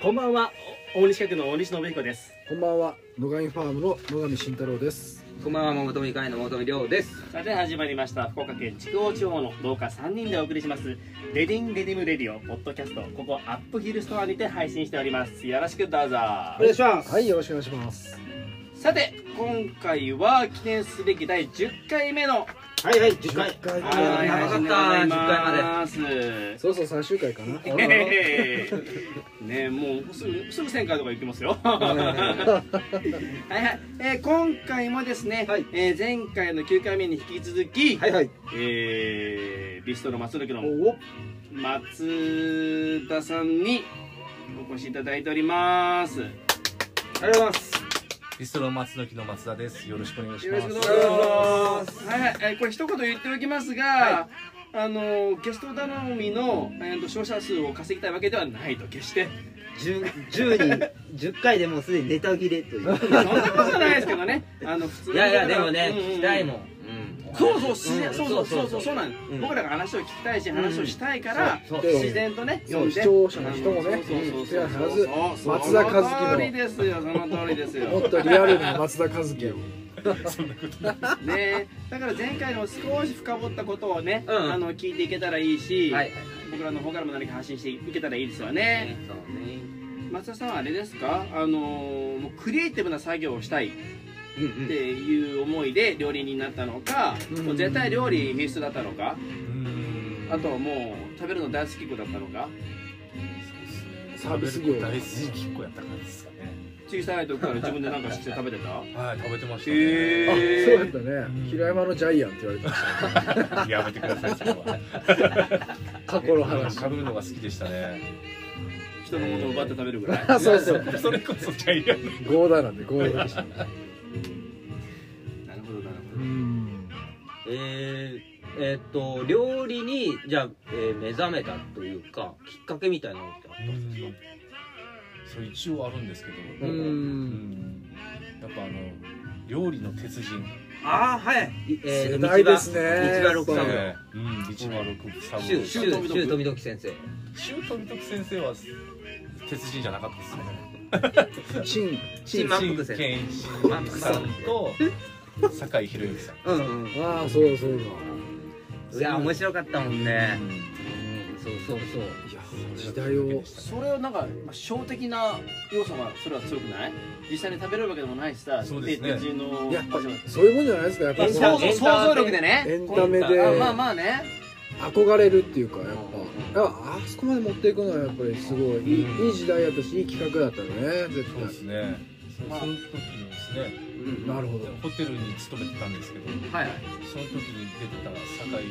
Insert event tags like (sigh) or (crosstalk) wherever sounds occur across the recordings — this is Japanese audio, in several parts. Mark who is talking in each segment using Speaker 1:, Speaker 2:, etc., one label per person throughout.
Speaker 1: こんばんは大西区の大西信彦です
Speaker 2: こんばんは野上ファームの野上慎太郎です
Speaker 3: こんばんは、桃富会の桃富亮です。
Speaker 1: さて始まりました福岡県筑豊地方の農家3人でお送りしますレディンレディムレディオポッドキャストここアップヒルストアにて配信しておりますよろしくどうぞ
Speaker 3: お願いします。
Speaker 2: はいよろしくお願いします
Speaker 1: さて今回は記念すべき第10回目の
Speaker 3: はいはい、10
Speaker 2: 回
Speaker 3: 回。
Speaker 2: あー
Speaker 1: はい
Speaker 2: 長かった
Speaker 1: 10回まで
Speaker 2: そろそろ最終回
Speaker 1: (laughs)
Speaker 2: かな
Speaker 1: へへへねもうすぐすぐ1000回とか行きますよ (laughs) はいはい、えー今回もですね、
Speaker 3: はい
Speaker 1: えー前回の9回目に引き続き、
Speaker 3: はいはい。
Speaker 1: えービストロ松の木の
Speaker 3: おお。
Speaker 1: 松田さんにお越しいただいております。よ
Speaker 3: ありがとうございます。
Speaker 4: ビストロ松の木の松田です。よろしくお願いし
Speaker 1: ろ
Speaker 4: ま
Speaker 1: し
Speaker 4: す。
Speaker 1: くどうぞ。
Speaker 3: お願いし
Speaker 1: はいはい、えーこれ一言言っておきますが、あのゲスト頼みの、えー、と勝者数を稼ぎたいわけではないと決して
Speaker 3: 10 10人、10回でもうすでにネタ切れという。
Speaker 1: そんなことないですけどねあの普通
Speaker 5: いやいやでもね
Speaker 1: うんうんうん
Speaker 5: 聞きたいもん、
Speaker 1: そうそう自
Speaker 5: う
Speaker 1: 然
Speaker 5: ん
Speaker 1: そうそうそうそうそうなん
Speaker 5: うん
Speaker 1: 僕らが話を聞きたいし話をしたいから
Speaker 5: そう
Speaker 2: そう
Speaker 1: 自然とね
Speaker 2: そう
Speaker 1: 呼んで
Speaker 2: 視聴者の人もね
Speaker 1: そうそうそうそう
Speaker 2: うん手が離ず松田和樹の
Speaker 1: その通りですよその通りですよ
Speaker 2: も (laughs) っとリアルな松田和樹を
Speaker 1: ねだから前回の少し深掘ったことをね
Speaker 5: うん
Speaker 1: あの聞いていけたらいいし
Speaker 5: はいはいはい
Speaker 1: 僕らの方からも何か発信していけたらいいですよね
Speaker 5: そうね
Speaker 1: 松田さんはあれですかあのーもうクリエイティブな作業をしたい
Speaker 5: うん
Speaker 1: っていう思いで料理人になったのかもう絶対料理必須だったのか
Speaker 4: うーん
Speaker 1: あとはもう食べるの大好き子だったのか
Speaker 2: サービス業
Speaker 4: 大好きっ子やった感じですかね。
Speaker 1: 小さい時から自分でなんかして食べて
Speaker 4: (laughs)
Speaker 1: た
Speaker 4: はい、食べてました、
Speaker 2: あ
Speaker 1: へ
Speaker 2: そう
Speaker 1: ー
Speaker 2: やった
Speaker 4: うん
Speaker 2: ね平山のジャイアンって言われた
Speaker 4: (laughs) やめてください、それは。
Speaker 2: 過去の話
Speaker 4: 食べるのが好きでしたね。
Speaker 1: 人のものを奪って食べるぐらい
Speaker 2: あそうそう
Speaker 4: (laughs) それこそジャイアン。
Speaker 2: ゴーダなんでゴーダでした
Speaker 1: なるほどなるほ
Speaker 2: う
Speaker 1: ど
Speaker 2: ん
Speaker 5: えー、えーっと料理にじゃあ、えー目覚めたというかきっかけみたいなのってあったんですか
Speaker 4: そう、一応あるんですけど。
Speaker 2: う
Speaker 4: うんんやっぱあの、料理の鉄人。
Speaker 5: ああはいえ
Speaker 2: 世
Speaker 5: ー、
Speaker 2: 代ですね
Speaker 5: 道場六
Speaker 2: そ
Speaker 5: さ
Speaker 2: うん
Speaker 5: の
Speaker 4: うん、一番六三
Speaker 5: シュ
Speaker 4: 号。
Speaker 5: ウシ
Speaker 4: シ
Speaker 5: ュ
Speaker 4: ュ
Speaker 5: ウシュウ富時先生
Speaker 4: ートミトク先生は鉄人じゃなかったですね。
Speaker 2: チン
Speaker 5: 新満腹先生
Speaker 4: 健一さんと酒井宏之さん。
Speaker 5: うんうん
Speaker 2: ああそうだそうだ
Speaker 5: いや面白かったもんね
Speaker 4: うん
Speaker 5: うんそうそうそう
Speaker 2: いや時代を
Speaker 1: それをなんか、まあ、小的な要素はそれは強くない実際に食べれるわけでもないしさ
Speaker 4: そうですね
Speaker 1: で鉄人の
Speaker 2: やっぱ
Speaker 1: 味わい
Speaker 2: そういうもんじゃないですかやっぱ
Speaker 1: まあ
Speaker 5: エン
Speaker 1: 想
Speaker 5: タ
Speaker 1: 像想像力でね
Speaker 2: エンタメ
Speaker 1: あ
Speaker 2: で
Speaker 1: まあまあね
Speaker 2: 憧れるっていうかやっぱやっぱあそこまで持っていくのはやっぱりすごいいい,、
Speaker 4: うん
Speaker 2: いい時代やったしいい企画だったよね絶
Speaker 4: そうですね。そ
Speaker 1: まあ
Speaker 4: その時にですね、
Speaker 2: 対なるほど
Speaker 4: ホテルに勤めてたんですけど、
Speaker 5: はいはい
Speaker 4: その時に出てた酒井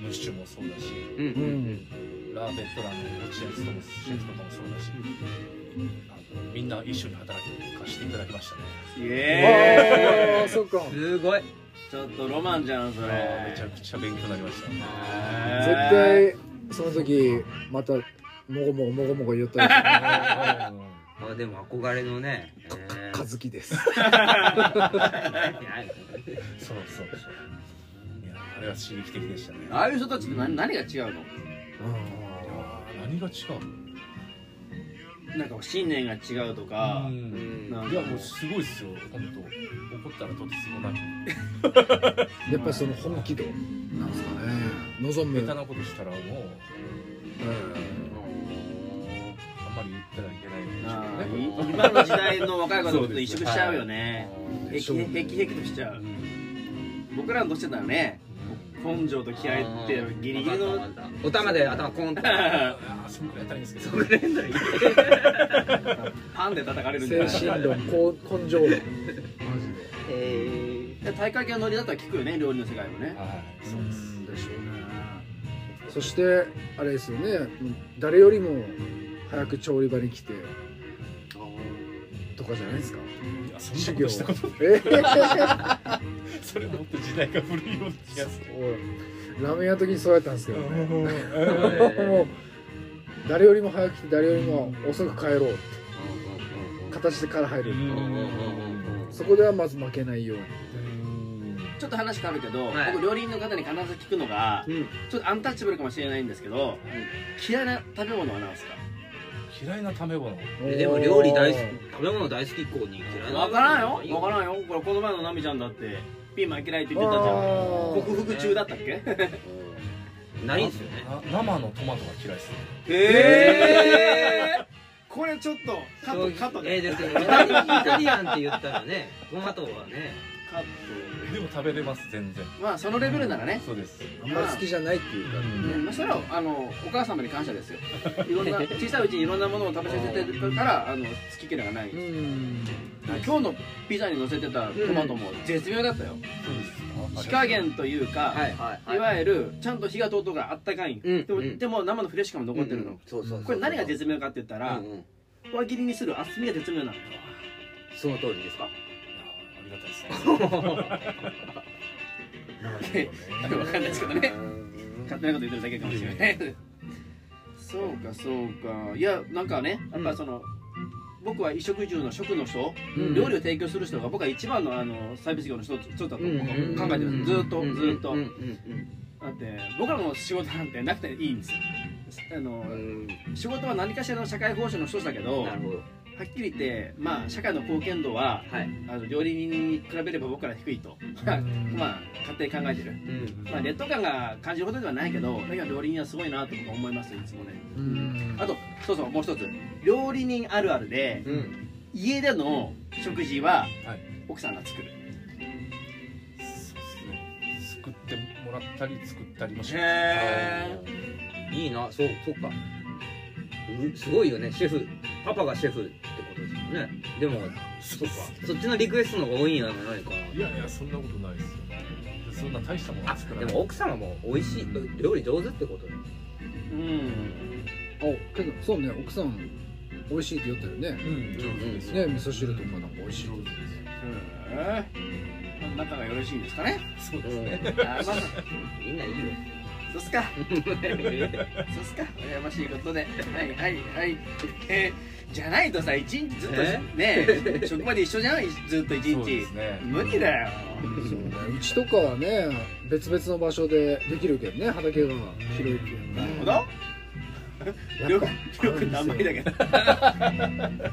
Speaker 4: ムッシュもそうだし、
Speaker 5: うんう
Speaker 2: うんん
Speaker 4: ラーベットランの落合勤むシェフとかもそうだし、あのみんな一緒に働かせていただきましたね。
Speaker 1: イ
Speaker 2: あ
Speaker 1: エ
Speaker 2: あ
Speaker 1: ー
Speaker 2: そ
Speaker 1: イ
Speaker 2: っか
Speaker 5: すごい
Speaker 1: ちょっとロマンじゃんそれ
Speaker 4: あーめちゃくちゃ勉強になりました。
Speaker 2: 絶
Speaker 1: へー
Speaker 2: 対その時またもごもごもごもご言ったりして
Speaker 5: あでも憧れのね
Speaker 2: 「和樹です
Speaker 4: そうそうそう。いやあれは刺激的でしたね。
Speaker 1: ああいう人たちと何何が違うの」
Speaker 4: いや何が違う
Speaker 1: なんか信念が違うとか
Speaker 4: の？う
Speaker 5: うんん
Speaker 1: なんか
Speaker 4: いやもうすごいですよ本当怒ったらとてつもなく
Speaker 2: やっぱりその本気度なんですかね望む、
Speaker 4: 下
Speaker 2: うん、
Speaker 4: 手なことしたらもうあんまり言った
Speaker 1: あーい今
Speaker 4: らいけないんでしょうけどね
Speaker 1: の時代の若い子のこと移植しちゃうよねへ
Speaker 2: で
Speaker 1: き
Speaker 2: しょう
Speaker 1: へ
Speaker 2: ね
Speaker 1: きへきとしちゃう僕らのどうしてたらね根性と気合ってギリギリの
Speaker 5: お玉で頭コン
Speaker 1: (laughs)
Speaker 5: と
Speaker 4: あーそんくらいやったらいいんですけど
Speaker 1: パンで叩かれるんじゃ
Speaker 2: 精
Speaker 1: ない
Speaker 2: 神論こう根性論
Speaker 5: え
Speaker 1: で大会系のノリだったら聞くよね料理の世界もね
Speaker 4: はいそうです
Speaker 2: でしょうねそしてあれですよね誰よりも早く調理場に来てとかじゃないですか
Speaker 4: いやそんなことしたこと
Speaker 2: え
Speaker 4: それもっと時代が古いような気がする
Speaker 2: ー、ラーメン屋の時にそうやったんですけどねも
Speaker 5: ー
Speaker 2: う誰よりも早く来て誰よりも遅く帰ろう形でから入
Speaker 4: う
Speaker 2: る
Speaker 4: ん
Speaker 2: そこではまず負けないように
Speaker 1: ちょっと話変わるけど、
Speaker 5: はい
Speaker 1: 僕料理人の方に必ず聞くのが、
Speaker 5: うん
Speaker 1: ちょっとアンタッチャブルかもしれないんですけど、嫌いな食べ物は何ですか
Speaker 4: 嫌いな食べ物
Speaker 5: えでも料理大好き食べ物大好きっ子に嫌いな
Speaker 1: わからんよわからんよこれこの前のナミちゃんだってピーマン嫌いって言ってたじゃん
Speaker 2: あ
Speaker 1: 克服中だったっけ
Speaker 5: うんないんですよね
Speaker 4: な生のトマトが嫌いです
Speaker 1: ええこれちょっとカットカット
Speaker 5: えー
Speaker 1: ね
Speaker 5: だってイタリイタリアンって言ったらねトマトはね
Speaker 1: カット
Speaker 4: でも食べれます全然
Speaker 1: まあそのレベルならね
Speaker 4: そうです
Speaker 2: んまり好きじゃないっていうか
Speaker 1: うんまあそれはあのお母様に感謝ですよい
Speaker 5: (laughs)
Speaker 1: ろんな小さいうちにいろんなものを食べさせてるからあの好き嫌いがない
Speaker 2: うん
Speaker 1: 今日のピザに乗せてたトマトも絶妙だったよ
Speaker 4: そうで
Speaker 1: 火
Speaker 4: す
Speaker 1: 加減というか、
Speaker 5: はい
Speaker 1: い
Speaker 5: はいはい
Speaker 1: わゆるちゃんと火が通った方があったかいん、
Speaker 5: うん
Speaker 1: でも
Speaker 5: うん
Speaker 1: でも生のフレッシュ感も残ってるの、
Speaker 5: うんうんそうそうそう
Speaker 1: これ何が絶妙かって言ったら、
Speaker 5: うんうん
Speaker 1: 輪切りにする厚みが絶妙なの
Speaker 5: その通りですか
Speaker 4: いやありがたいですね
Speaker 1: (laughs) 分かんないですけどね勝手なこと言ってるだけかもしれない (laughs) そうかそうかいやなんかねやっぱその、僕は衣食住の食の人、
Speaker 2: うん
Speaker 1: 料理を提供する人が僕は一番のあのサービス業の人一つだと僕は考えてます、ずーっとずーっと、
Speaker 5: うんうんうん
Speaker 1: だって僕らの仕事なんてなくていいんですよあの、
Speaker 5: うん
Speaker 1: 仕事は何かしらの社会奉仕の一つだけど
Speaker 5: うん
Speaker 1: は
Speaker 5: なるほど
Speaker 1: っきり言って、まあ、社会の貢献度は
Speaker 5: はい
Speaker 1: あの料理人に比べれば僕ら低いと (laughs) まあ勝手に考えてる、
Speaker 5: うん
Speaker 1: まあ、劣等感が感じるほどではないけどだけど料理人はすごいなと僕は思いますいつもねあとそうそうもう一つ料理人あるあるで
Speaker 5: うん
Speaker 1: 家での食事は
Speaker 4: はい
Speaker 1: 奥さんが作る
Speaker 4: そうですね作ってもらったり作ったりもします
Speaker 1: へ
Speaker 5: いいなそうそっかうすごいよねシェフパパがシェフってことですよねでもそっかそっちのリクエストの方が多いんじゃないか
Speaker 4: いやいやそんなことないですよでそんな大したものは作ら
Speaker 5: な
Speaker 4: ない
Speaker 5: でも奥様も美味しい料理上手ってこと
Speaker 1: うん
Speaker 2: おけどそうね奥さん美味しいって言ったよね
Speaker 4: うん上手です
Speaker 2: ね味噌汁とかなんか美味しい
Speaker 4: 上手で
Speaker 1: へえ仲がよろしいんですかね
Speaker 4: すそう
Speaker 5: う
Speaker 4: です
Speaker 5: ん
Speaker 4: ね
Speaker 1: あまあ
Speaker 5: みんないいよ
Speaker 1: そうっすかそうっすか羨ましいことではいはいはいえーじゃないとさ一日ずっと
Speaker 5: え
Speaker 1: ねえ職場で一緒じゃんいずっと一
Speaker 4: そうで
Speaker 1: 日
Speaker 4: すね
Speaker 1: 無理だよ
Speaker 2: そうねうちとかはね別々の場所でできるけどね畑が広いけど
Speaker 1: なるほ
Speaker 2: ね
Speaker 1: ど
Speaker 2: やっぱ
Speaker 1: よくよく名前だけど
Speaker 2: い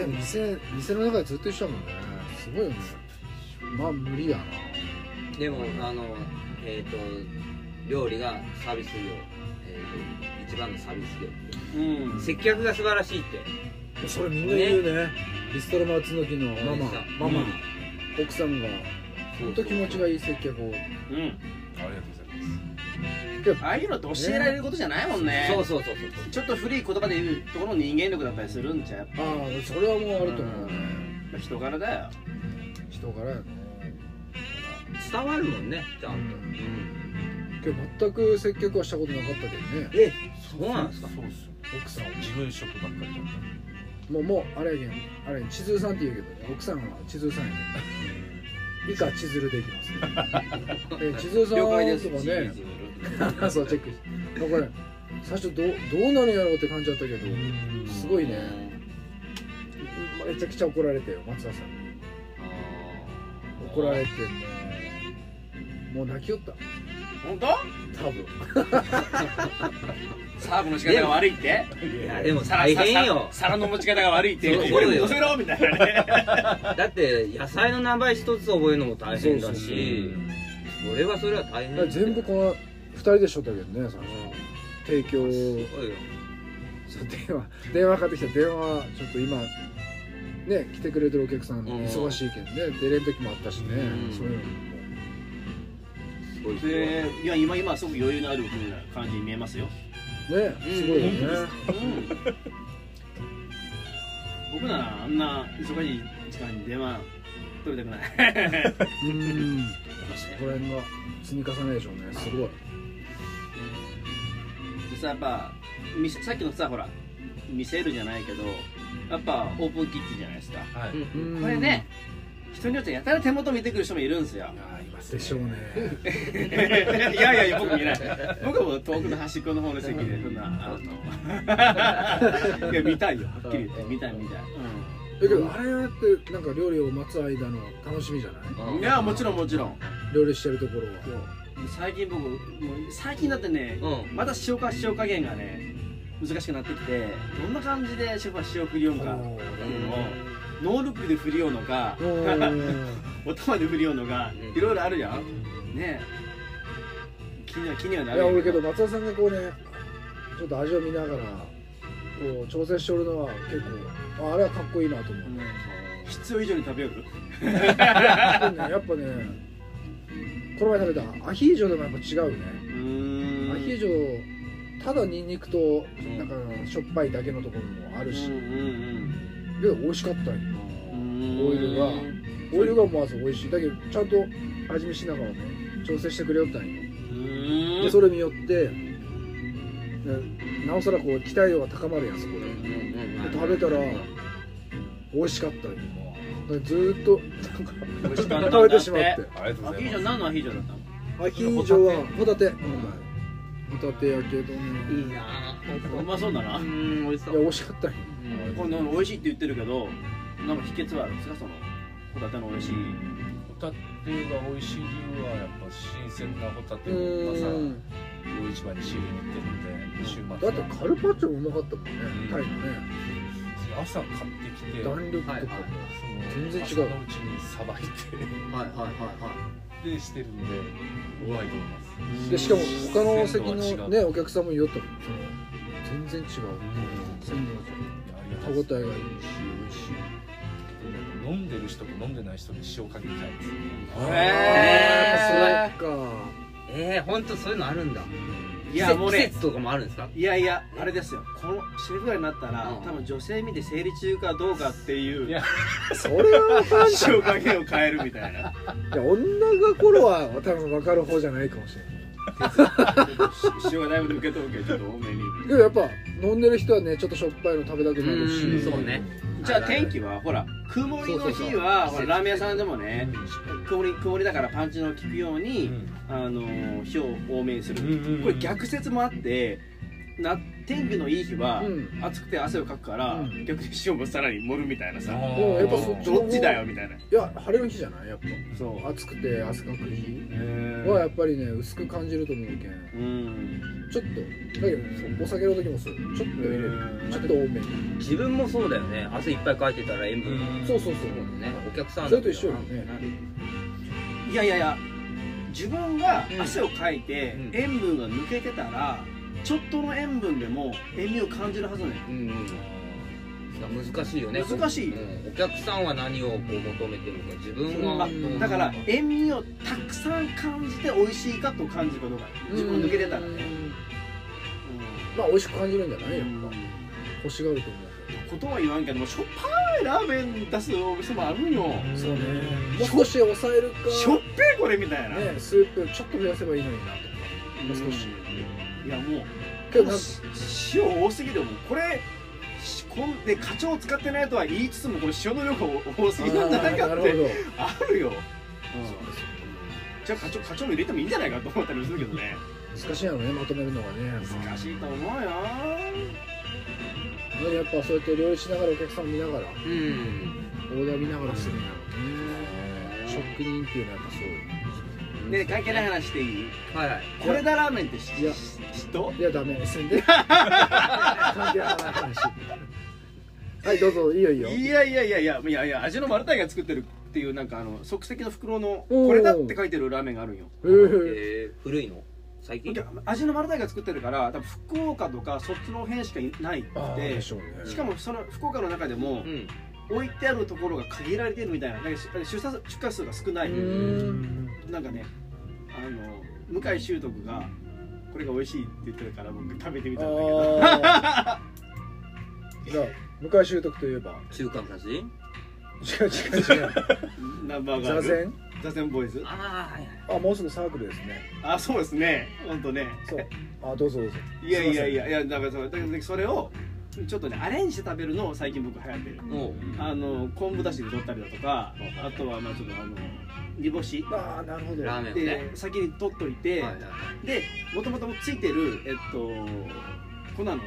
Speaker 2: やね店店の中でずっと一緒だもんねすごいよねまあ無理やな
Speaker 5: (laughs) でもあのえっ、と料理がサービス業、えーと一番のサービス業
Speaker 1: うん
Speaker 5: 接客が素晴らしいって
Speaker 2: それみんな言うねビストロマツの木のママママ、
Speaker 5: うん
Speaker 2: 奥さんが本当気持ちがいい接客を
Speaker 1: うん
Speaker 4: ありがとうございます
Speaker 1: ああいうのって教えられることじゃないもんね
Speaker 5: そうそうそうそう
Speaker 1: ちょっと古い言葉で言うところの人間力だったりするんじゃやっ
Speaker 2: ああそれはもうあると思うね
Speaker 1: ぱ人柄だよ
Speaker 2: 人からやね
Speaker 5: 伝わるもんねちゃんと、
Speaker 2: 今日全く接客はしたことなかったけどね
Speaker 5: えそうなんですか
Speaker 4: そうですよ
Speaker 2: 奥さんは
Speaker 4: 自分職ばっかりだっ
Speaker 2: もうもうあれやけんあれやん千鶴さんって言うけどね奥さんは千鶴さんやけん以下千鶴でいき
Speaker 1: (laughs)
Speaker 2: ます、ね、千鶴さんと
Speaker 1: 了
Speaker 2: か
Speaker 1: 解
Speaker 2: ね
Speaker 1: ですチーズ
Speaker 2: そうチェックしてこれ最初どうどうなるんやろうって感じだったけど
Speaker 4: た
Speaker 2: すごいねめちゃくちゃ怒られてよ松田さんに怒られてねもう泣きよった
Speaker 1: 本当
Speaker 2: 多分
Speaker 1: サーブの仕方が悪いって
Speaker 5: いやでも大変よ
Speaker 1: 皿の持ち方が悪いって
Speaker 5: そう
Speaker 1: これ
Speaker 5: よ
Speaker 1: 乗せろみたいなね
Speaker 5: だって野菜の何倍一つ覚えるのも大変だしそれはそれは大変だよ
Speaker 2: 全部この2人でしょったけどね最初
Speaker 5: う
Speaker 2: 提供
Speaker 5: んすごいよ
Speaker 2: そう電話電話かかってきた電話ちょっと今ね来てくれてるお客さん
Speaker 5: ん
Speaker 2: 忙しいけんね出れん時もあったしね
Speaker 5: うん
Speaker 2: そういうのも
Speaker 5: すごいすごい
Speaker 1: (laughs)
Speaker 5: (laughs)
Speaker 1: でいや今今すごく余裕のある風な感じに見えますよ、
Speaker 2: ねすごいよね
Speaker 1: うん、僕ならあんな忙しい時間に電話取りたく
Speaker 5: (laughs)
Speaker 1: ない
Speaker 2: うんそこら辺が積み重ねでしょうねすごい
Speaker 1: でさやっぱ見せさっきのさほら見せるじゃないけどやっぱオープンキッチンじゃないですか
Speaker 4: はい
Speaker 5: うん
Speaker 1: これね人によってやたら手元見てくる人もいるんですよ
Speaker 4: あいます
Speaker 2: でしょうね
Speaker 1: (laughs) いやいやいや僕見ない (laughs) 僕はもう遠くの端っこの方の席でそんなあの (laughs) いや見たいよはっきり言って見たい見たい、
Speaker 2: だけどあれやってなんか料理を待つ間の楽しみじゃない
Speaker 1: うん、いやもちろんもちろん
Speaker 2: 料理してるところは
Speaker 1: そう最近僕もう最近だってね
Speaker 5: うん
Speaker 1: まだ塩か塩加減がね難しくなってきてどんな感じでシェフは詩を振りようかっていうのをノールックで振りようのか
Speaker 2: お (laughs) ー
Speaker 1: お玉で振りようのか
Speaker 5: うん
Speaker 1: いろいろあるやんねえ気には気にはないる
Speaker 2: や俺けど
Speaker 1: ど
Speaker 2: 松田さんがこうねちょっと味を見ながらこう調整しとるのは結構ああれはかっこいいな
Speaker 1: (laughs)
Speaker 2: と思う、
Speaker 1: うん必要以上に食べよる
Speaker 2: やっぱねやっぱねこの前食べたアヒージョでもやっぱ違うね、
Speaker 1: う
Speaker 2: アヒー
Speaker 1: ーん
Speaker 2: ジョただニンニクとなんかしょっぱいだけのところもあるし、
Speaker 1: うんうん
Speaker 2: けど美味しかったんよ
Speaker 1: うん
Speaker 2: オイルが
Speaker 1: うん
Speaker 2: オイルがまず美味しいだけどちゃんと味見しながらね調整してくれよったんよでそれによってねなおさらこう期待度が高まるやんそこでで食べたら美味しかったんよだからずーっと
Speaker 1: 美味しか
Speaker 2: な
Speaker 1: ったん
Speaker 2: んか
Speaker 1: だ
Speaker 2: 食べてしまって
Speaker 4: ありがとうご
Speaker 1: ア
Speaker 4: ざ
Speaker 1: ヒー
Speaker 4: いま
Speaker 1: ジ
Speaker 4: す
Speaker 1: ョ何のアヒージョだったの
Speaker 2: アヒージョはホタテホタテ焼けどね
Speaker 3: いいな
Speaker 1: うまそうだな
Speaker 3: ぁうん美味し
Speaker 2: い
Speaker 3: そ
Speaker 2: や美
Speaker 3: う
Speaker 2: 味しかったんよ
Speaker 1: これ美味しいって言ってるけどなんか秘訣はあるんですかそのホタテの美味しい
Speaker 4: ホタテが美味しい理由はやっぱ新鮮なホタテ
Speaker 2: う
Speaker 4: を朝
Speaker 2: ーん
Speaker 4: 魚市場に仕入れに行ってるんで週末
Speaker 2: だってカルパッチョもうまかったもんね
Speaker 4: うん
Speaker 2: タイのね
Speaker 4: 朝買ってきて
Speaker 2: 弾力とか
Speaker 3: はいはい
Speaker 2: 全然違う
Speaker 4: 朝のうちにさばいて
Speaker 3: はいはいは
Speaker 4: でしてるんでうまいと思います
Speaker 2: でしかも他の席
Speaker 4: 鮮度
Speaker 2: の
Speaker 4: は違う
Speaker 2: ねお客さんも言おったもん全然違う鮮度が
Speaker 4: いやあ
Speaker 2: 歯
Speaker 4: りがとう
Speaker 2: 応
Speaker 4: ご
Speaker 2: え
Speaker 4: ざ
Speaker 2: が
Speaker 4: い
Speaker 2: いい
Speaker 4: ます
Speaker 2: し美味しい
Speaker 4: 飲んでる人と飲んでない人で塩かけちゃうんですよ
Speaker 1: へー
Speaker 2: あーやっぱそうか
Speaker 5: えー、ほんとそういうのあるんだ
Speaker 1: いやもう
Speaker 5: 季
Speaker 1: ね
Speaker 5: 節とかもあるんですか
Speaker 1: いやいやあれですよこのシェフぐらいになったら、
Speaker 5: うん
Speaker 1: 多分女性見て生理中かどうかっていう
Speaker 4: いや
Speaker 2: それはファンじゃん
Speaker 1: 塩加減を変えるみたい (laughs) な
Speaker 2: いや女心は多分分かる方じゃないかもしれない
Speaker 1: 塩がだいぶ抜けとるけどちょっと多めに
Speaker 2: けどやっぱ飲んでる人はねちょっとしょっぱいの食べたくなる
Speaker 5: う
Speaker 2: し
Speaker 5: んそうね
Speaker 1: じゃあ天気はほら曇りの日は
Speaker 5: そうそうそう
Speaker 1: ほらラーメン屋さんでもね曇り曇りだからパンチの効くように、あのー火を多めにする、これ逆説もあってな天気のいい日は、
Speaker 2: うん
Speaker 1: 暑くて汗をかくから、
Speaker 2: うん
Speaker 1: 逆に塩もさらに盛るみたいなさ、
Speaker 2: もうやっぱそっち
Speaker 1: どっちだよみたいない
Speaker 2: や晴れの日じゃないやっぱ
Speaker 1: そう
Speaker 2: 暑くて汗かく日
Speaker 1: へ
Speaker 2: はやっぱりね薄く感じると思うけん
Speaker 1: うん
Speaker 2: ちょっとだけどそうお酒の時もそうちょっと入れるちょっと多めに
Speaker 5: 自分もそうだよね汗いっぱいかいてたら塩分、
Speaker 2: そうそうそ
Speaker 5: そうだ
Speaker 2: う
Speaker 5: ねお客さん
Speaker 2: それと一緒よね
Speaker 1: いやいやいや自分が汗をかいて
Speaker 5: うん
Speaker 1: 塩分が抜けてたらちょっとの塩分でも塩味を感じるはずね
Speaker 5: うんうん難しいよね
Speaker 1: 難しい
Speaker 5: うんお客さんは何をこう求めてるか自分
Speaker 1: ま
Speaker 5: は
Speaker 1: あ
Speaker 5: どう
Speaker 1: だから塩味をたくさん感じて美味しいかと感じることが自分抜けてたら
Speaker 2: う
Speaker 1: ね
Speaker 2: んまあ美味しく感じるんじゃないやっぱ欲しがると思
Speaker 1: ことは言わんけどもしょっぱいラーメン出すお店もあるんよ
Speaker 2: うそうねもう少し抑えるか
Speaker 1: しょっぺーこれみたいな、
Speaker 2: ねスープちょっと増やせばいいのになと
Speaker 1: うん
Speaker 2: もう少し
Speaker 1: いやもう
Speaker 2: けどなんか
Speaker 1: 塩多すぎてもこれしこんで課長を使ってないとは言いつつもこれ塩の量が多すぎなんじゃないか
Speaker 2: あーな
Speaker 1: っ
Speaker 2: る
Speaker 1: て
Speaker 2: ほど
Speaker 1: あるよ、じゃあ課長課長も入れてもいいんじゃないかと思ったりもするけどね
Speaker 2: 難しいやろねまとめるのがね
Speaker 1: 難しいと思うよ
Speaker 2: やっぱそうやって料理しながらお客さんを見ながら
Speaker 5: うん
Speaker 2: オーダー見ながらするんだろうね職人っていうのはやっぱそうよ
Speaker 1: ねえ関係ない話していい
Speaker 5: はいはい
Speaker 1: これだラーメンって知
Speaker 2: いや
Speaker 1: 人
Speaker 2: いやダメせんで関係ない話はいどうぞいいよいいよ
Speaker 1: いやいやいやいやいやいや味の丸太が作ってるっていうなんかあの即席の袋の
Speaker 2: おー
Speaker 1: これだって書いてるラーメンがあるんよ
Speaker 2: えー
Speaker 5: えー、古いの最近
Speaker 1: いや味の丸太が作ってるから多分福岡とかそっちの辺しかいないく
Speaker 2: あー
Speaker 1: て
Speaker 2: でしょうね
Speaker 1: しかもその福岡の中でも
Speaker 5: うん
Speaker 1: 置いてあるところが限られてるみたいななんかし出産出荷数が少な
Speaker 2: う
Speaker 1: い
Speaker 2: ーん
Speaker 1: なんかねあの向井秀徳がこれが美味しいって言ってるから僕食べてみたんだけど
Speaker 2: あーじゃあ向井秀徳といえば
Speaker 5: 中華の話
Speaker 2: 違う違う違う
Speaker 1: ナンバーガ
Speaker 2: 座
Speaker 1: ール
Speaker 2: 禅
Speaker 1: 座禅ボーイズ
Speaker 5: ああはいは
Speaker 2: (laughs)
Speaker 5: い
Speaker 2: あもうすぐサークルですね
Speaker 1: あそうですね本当ね
Speaker 2: そうあどうぞどうぞ
Speaker 1: いやいやいやいやだからそうだからそれをちょっとねアレンジして食べるのを最近僕流行ってる
Speaker 5: おう
Speaker 1: あの昆布だしで取ったりだとかあとはまあちょっとあの煮干し
Speaker 2: ああなるほど
Speaker 5: ラーメンをね
Speaker 1: で先に取っといて、
Speaker 5: はいはいはい
Speaker 1: でもともとついてるえっと粉の
Speaker 5: はい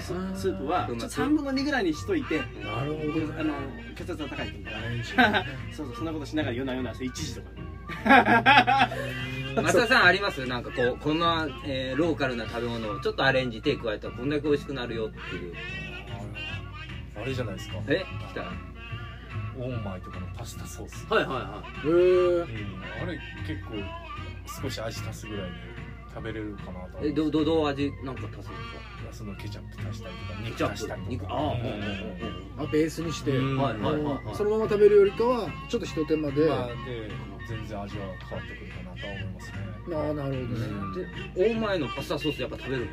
Speaker 1: ススープは
Speaker 5: 粉末
Speaker 1: 3分の2ぐらいにしといて
Speaker 2: なるほどね
Speaker 1: あの血圧が高いって言うから
Speaker 2: ラーメン
Speaker 1: そうそうそんなことしながら夜な夜な朝1時とかに
Speaker 5: 松田さんありますなんかこうこんな、えーローカルな食べ物をちょっとアレンジ手加えたらこんだけ美味しくなるよっていう
Speaker 4: あれじゃないですか
Speaker 5: え来た
Speaker 4: オンマイとかのパスタソース、
Speaker 1: はいはいは
Speaker 2: へー
Speaker 4: あれ結構少し味足すぐらいで食べれるかなと思
Speaker 5: え
Speaker 4: うんで
Speaker 5: ど
Speaker 4: す
Speaker 5: どどう味なんか足すんですか
Speaker 4: そのケチャップ足したり
Speaker 5: ケ
Speaker 4: と
Speaker 5: チ
Speaker 4: か
Speaker 5: ャ
Speaker 4: 肉足したり
Speaker 5: ップ
Speaker 4: と
Speaker 5: 肉
Speaker 4: か
Speaker 5: ああ
Speaker 4: うん
Speaker 5: うんうん
Speaker 2: あベースにして、
Speaker 4: うん
Speaker 5: はいはいはい
Speaker 2: そのまま食べるよりかはちょっとひと手間で、
Speaker 4: まあで全然味は変わってくるかなとは思いますね
Speaker 2: ああなるほどね、
Speaker 5: うんで大前のパスタソースやっぱ食べるの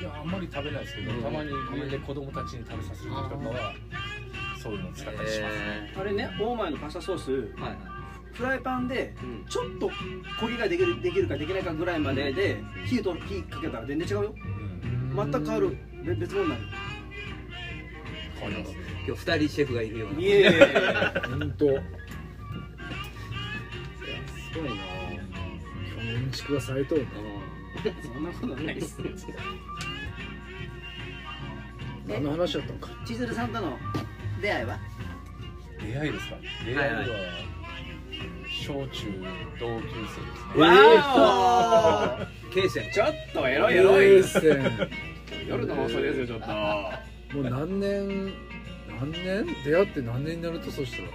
Speaker 4: いやあんまり食べないですけど、
Speaker 5: うん
Speaker 4: たまに家で子供たちに食べさせる時とかはそういうのを使ったりしますね、
Speaker 5: え
Speaker 1: いあれねオーマイのパスタソース
Speaker 5: ーはいはい
Speaker 1: フライパンで
Speaker 5: うん
Speaker 1: ちょっと焦げができるできるかできないかぐらいまでで火と火かけたら全然違うよ全く変わるべ別物になる
Speaker 4: 変わりますね
Speaker 5: 今日二人シェフがいるようない
Speaker 1: いえいえいえ
Speaker 2: 本当
Speaker 5: やすごいな
Speaker 2: うんちくはされとる
Speaker 1: そんなことないですえ
Speaker 2: 何の話だったのか
Speaker 1: 千鶴さんとの出会いは
Speaker 4: 出会いですか出会いは小中同級生ですね
Speaker 1: わー
Speaker 5: ケイセン
Speaker 1: おちょっとエロいエロ
Speaker 2: 冷
Speaker 1: い
Speaker 2: 静
Speaker 1: 夜の放送ですよちょっと
Speaker 2: もう何年何年出会って何年になるとそしたら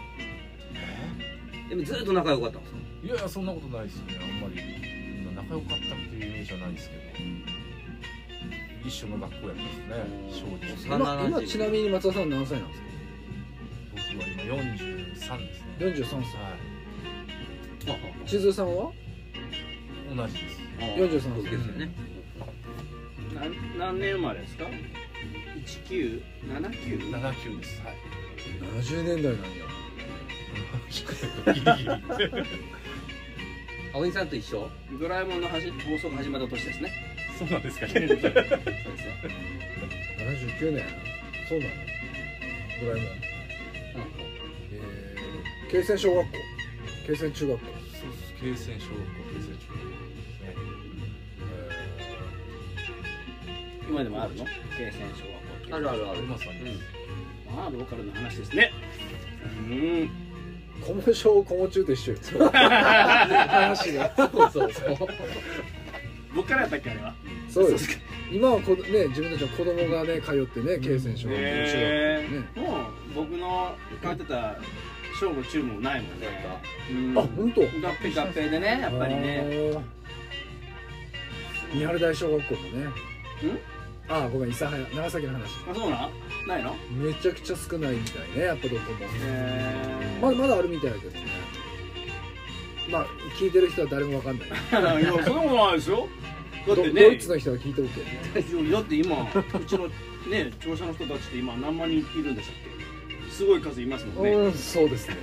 Speaker 5: でもずっと仲良かったんですか
Speaker 4: いやいやそんなことないですねあんまりそんな仲良かったっていうイメージはないですけど一緒の学校やったんですね小中
Speaker 2: 今今ちなみに松田さんは何歳なんですか
Speaker 4: 僕は今43ですね
Speaker 2: 43歳
Speaker 4: は
Speaker 2: 千鶴さんは、
Speaker 4: い同じです
Speaker 2: 43歳
Speaker 5: 同級生ね
Speaker 1: 何何年生まれですか1979
Speaker 4: 79ですはい
Speaker 2: 70年代なんや
Speaker 4: ギリギリ
Speaker 5: 葵さんと一緒
Speaker 1: ドラえもんのはじ放送が始まった年ですね
Speaker 4: そうなんですかね
Speaker 1: そうですよ
Speaker 2: 79年そうなのドラえもんえー慶泉小学校慶泉中学校
Speaker 4: そうです慶泉小学校慶泉中学校ですね
Speaker 1: 今でもあるの慶泉小学校
Speaker 5: あるあるあ
Speaker 4: あり
Speaker 5: る
Speaker 4: ますあります
Speaker 1: まあローカルの話ですねうん
Speaker 2: 小務小小務中と一緒よ話が
Speaker 5: (laughs) そうそうそう
Speaker 1: 僕からやったっけあれは
Speaker 2: そうで
Speaker 1: っ
Speaker 2: す
Speaker 1: か
Speaker 2: 今はこ、ね、自分たちの子供がね通ってね慶泉小学校中
Speaker 1: へえもう僕の通ってた小も中もないもんねうん
Speaker 2: 学校ねあ本当
Speaker 1: 合併合併でねやっぱりね
Speaker 2: あー三原台小学校もねああごめん諫早長崎の話
Speaker 1: あそうなんないの
Speaker 2: めちゃくちゃ少ないみたいねやっぱどこも
Speaker 1: え
Speaker 2: まだまだあるみたいだけどねまあ聞いてる人は誰もわ
Speaker 1: (laughs)
Speaker 2: かんない
Speaker 1: いやそんなことないですよだ
Speaker 2: ド
Speaker 1: って
Speaker 2: ドイ
Speaker 1: ね
Speaker 2: ツの人は聞いておけ
Speaker 1: だって今うちのね庁舎の人たちって今何万人いるんでしたっけすごい数いますもんね
Speaker 2: うんそうですね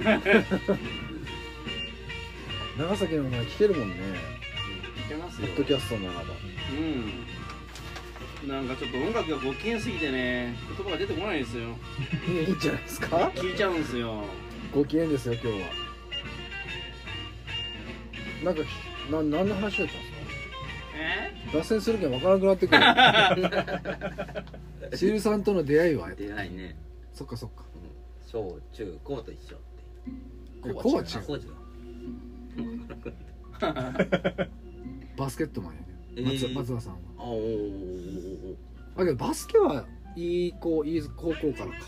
Speaker 2: (laughs) 長崎の名前聞け
Speaker 1: (laughs)
Speaker 2: るもんね
Speaker 1: いけます
Speaker 2: ポ
Speaker 1: よ
Speaker 2: ッドキャストならば
Speaker 1: うんなんかちょっと音楽がご機嫌すぎてね言葉が出てこないんですよ
Speaker 2: いいんじゃないですか
Speaker 1: 聞いちゃうんですよ
Speaker 2: ご機嫌ですよ今日はなんかひな何の話だったんです
Speaker 1: え
Speaker 2: か脱線するけん分からなくなってく (laughs) るシールさんとの出会いは
Speaker 5: 出会いね
Speaker 2: そっかそっか
Speaker 5: 小中高と一緒って
Speaker 2: えこうは違
Speaker 5: あ
Speaker 2: う
Speaker 5: 高じゃ
Speaker 2: バスケットマンやね、
Speaker 5: え
Speaker 2: 松
Speaker 5: ー
Speaker 2: 松田さんは
Speaker 5: あおー
Speaker 2: だけどバスケはいい子いい高校からか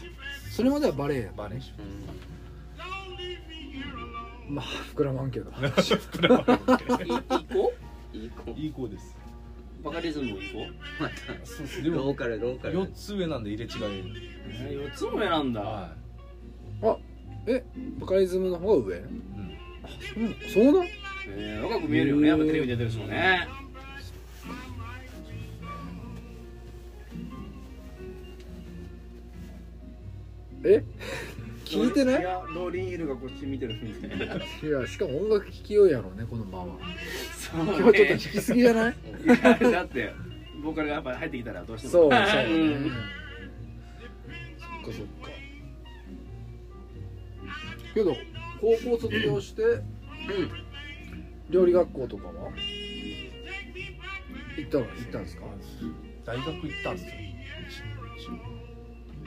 Speaker 2: それまではバレエや
Speaker 4: バレーし
Speaker 5: うん
Speaker 2: まあ膨らまんけど
Speaker 1: いい子
Speaker 5: いい子
Speaker 4: いい子です
Speaker 1: バカリズムもいい子
Speaker 4: そうですで
Speaker 5: ロー
Speaker 4: も
Speaker 5: カルローカル
Speaker 4: 4つ上なんで入れ違え
Speaker 1: 4つも選ん
Speaker 4: る
Speaker 1: だ
Speaker 2: バカリズムの方が上
Speaker 4: い、うん、
Speaker 2: うんそうなん
Speaker 1: えー若く見えるよねやっぱテレビ出てるしもんね
Speaker 2: え聞いてない
Speaker 1: いやローリンヒルがこっち見てるみたい (laughs) な
Speaker 2: いやしかも音楽聴きようやろうねこの場は
Speaker 1: そう
Speaker 2: (laughs) 今日ちょっと弾きすぎじゃない
Speaker 1: いやだってボーカルがやっぱり入ってきたらどうして
Speaker 2: そ
Speaker 1: も
Speaker 2: うそう
Speaker 1: ね
Speaker 2: だね、
Speaker 1: ん
Speaker 2: そっかそっかけど高校卒業して、料理学校とかは行ったの行ったんですか
Speaker 4: 大学行ったんですよ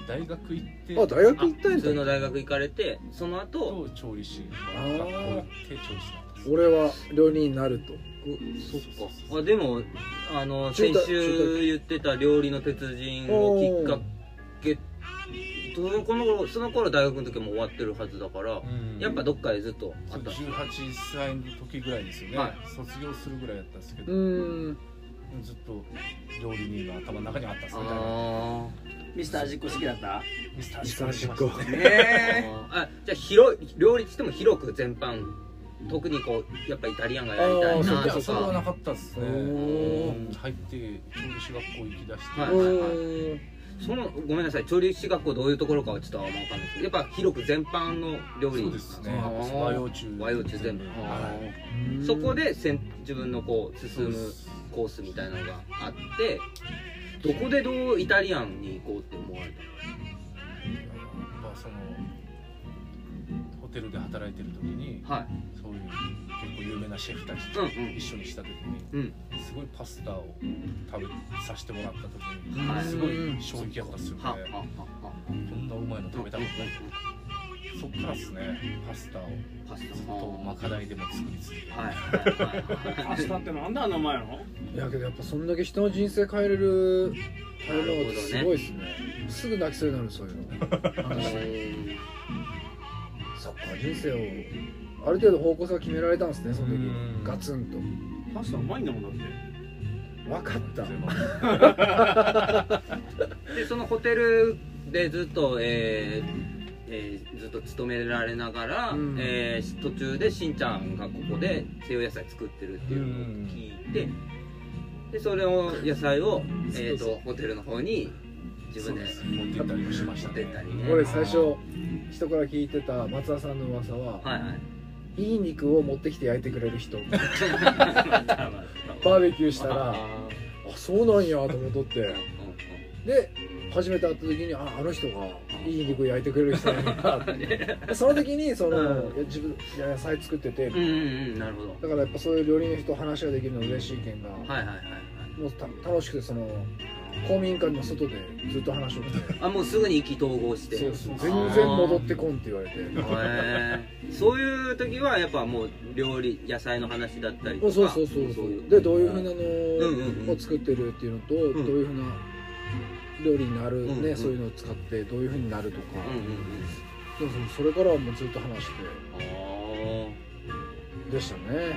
Speaker 4: 大学行って
Speaker 2: あ大学
Speaker 5: あ
Speaker 2: 行ったん
Speaker 5: 普
Speaker 2: じ
Speaker 5: 通
Speaker 2: ゃん
Speaker 5: の大学行かれてその後
Speaker 4: と調理師学校行って調理師だったんです
Speaker 2: 俺は料理人になると
Speaker 5: そっかあでもあの先
Speaker 2: 中
Speaker 5: 週言ってた料理の鉄人をきっかけその頃その頃大学の時も終わってるはずだからやっぱどっかでずっとあ
Speaker 4: そう
Speaker 5: った
Speaker 4: 18歳の時ぐらいですよね、
Speaker 5: はい
Speaker 4: 卒業するぐらいだったんですけ
Speaker 2: う
Speaker 4: ど、
Speaker 2: ーん
Speaker 4: ずっと料理人が頭の中にあったんですね
Speaker 5: あ
Speaker 1: ミスター味っ子好きだった
Speaker 4: ミスタ
Speaker 2: ミ
Speaker 4: ー味
Speaker 2: スター
Speaker 4: 噌に
Speaker 2: 味
Speaker 4: し
Speaker 2: っ
Speaker 4: ま
Speaker 2: 子
Speaker 4: したね
Speaker 1: ね
Speaker 5: ーあじゃあ広い料理っつっても広く全般特にこうやっぱイタリアンがやりたい
Speaker 2: あ
Speaker 5: な
Speaker 2: ー
Speaker 5: と
Speaker 4: それは
Speaker 5: か
Speaker 4: なかったですね
Speaker 2: お
Speaker 5: ー
Speaker 4: 入って調理師学校行きだして、
Speaker 5: はい
Speaker 2: おー
Speaker 5: そのごめんなさい調理師学校どういうところかはちょっとあんま分かんないですけどやっぱ広く全般の料理
Speaker 4: そうですね
Speaker 5: あー
Speaker 4: 和洋中
Speaker 5: 和洋中全部
Speaker 4: はい
Speaker 5: そこでせん自分のこう進むコースみたいなのがあってどこでどうイタリアンに行こうって思われた
Speaker 4: まあそのホテルで働いてる時に
Speaker 5: のはい
Speaker 4: そういう結構有名なシェフたち
Speaker 5: うん
Speaker 4: と一緒にした時に、
Speaker 5: うん
Speaker 4: すごいパスタを食べさせてもらった時
Speaker 5: はい
Speaker 4: にすごい衝撃やったっすよね
Speaker 5: はははは
Speaker 4: こんなうまいの食べたことない
Speaker 5: うん
Speaker 4: そっからですねパスタを
Speaker 5: パスタ
Speaker 4: ずっとまかないでも作り続けて
Speaker 5: はいはいは
Speaker 1: パ
Speaker 5: い
Speaker 1: スタってなんであんなうまいの
Speaker 2: いやけどやっぱそんだけ人の人生変えれる変えるのってすごいですねすぐ泣きそうになるそう (laughs) いうの話して
Speaker 4: (laughs)
Speaker 2: そっか人生をある程度方向性は決められたんですねその時
Speaker 4: うん
Speaker 2: ガツン
Speaker 1: パスタうまいんだもんだって
Speaker 2: と分かった
Speaker 4: 全部
Speaker 5: でそのホテルでずっと、えーえーずっと勤められながら、
Speaker 2: うん
Speaker 5: えー途中でしんちゃんがここで西洋野菜作ってるっていうのを聞いて、でそれを野菜を、え
Speaker 2: (laughs)
Speaker 5: ー、
Speaker 2: そう
Speaker 5: とホテルの方に自
Speaker 4: そう
Speaker 5: 分で
Speaker 4: です持ってったりもしました
Speaker 5: 持ってったりね
Speaker 2: 俺最初人から聞いてた松田さんの噂は、
Speaker 5: は
Speaker 2: (laughs)
Speaker 5: いはい
Speaker 2: いい肉を持ってきて焼いてくれる人バーベキューしたらあそうなんやと思っとってで初めて会った時にああの人がいい肉焼いてくれる人なんだってその時にその、
Speaker 5: うん
Speaker 2: いや自分いや野菜作ってて、
Speaker 5: うんうんうんなるほど
Speaker 2: だからやっぱそういう料理の人と話ができるの嬉しいけんが、
Speaker 5: はいはいはいはい
Speaker 2: もうた楽しくてその公民館の外でずっと話をして
Speaker 5: あもうすぐに意気投合して
Speaker 2: そうそう全然戻ってこんって言われて
Speaker 5: へーそういう時はやっぱもう料理野菜の話だったりと
Speaker 2: そう
Speaker 5: か
Speaker 2: そうそうそう
Speaker 5: いう
Speaker 2: でどういうふ
Speaker 5: うんうん
Speaker 2: う
Speaker 5: う
Speaker 2: なんのを作ってるっていうのと、ど
Speaker 5: ん
Speaker 2: ういうふうな料理になるね、
Speaker 5: うんうん
Speaker 2: そういうのを使ってどういうふうになるとか、
Speaker 5: うんうんうん
Speaker 2: でもそれからはもうずっと話して
Speaker 5: あー
Speaker 2: でしたね、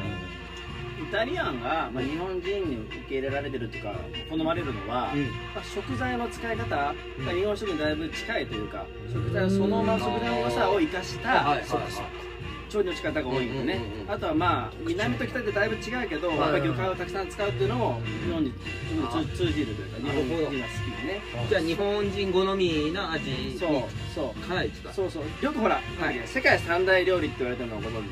Speaker 1: イタリアンが、まあ、日本人に受け入れられてるとか好まれるのは、
Speaker 5: うん
Speaker 1: まあ食材の使い方が
Speaker 5: うん
Speaker 1: 日本食にだいぶ近いというか、食材のそのまま
Speaker 5: うん
Speaker 1: 食材の良さを生かし
Speaker 5: はいは
Speaker 1: た
Speaker 5: いはい
Speaker 1: 調理の仕方が多いんでね、
Speaker 5: うんうんうん
Speaker 1: あとはまあ南と北でだいぶ違うけど、
Speaker 5: はい
Speaker 1: やっぱり魚介をたくさん使うっていうのも日本に通通じるというか日
Speaker 5: なる
Speaker 1: 本
Speaker 5: ほど
Speaker 1: 人が好きでね
Speaker 5: じゃあ日本人好みな味に
Speaker 1: そうそう
Speaker 5: かなり近い
Speaker 1: そうそうよくほら、なんだっけ世界三大料理って言われてるのをご存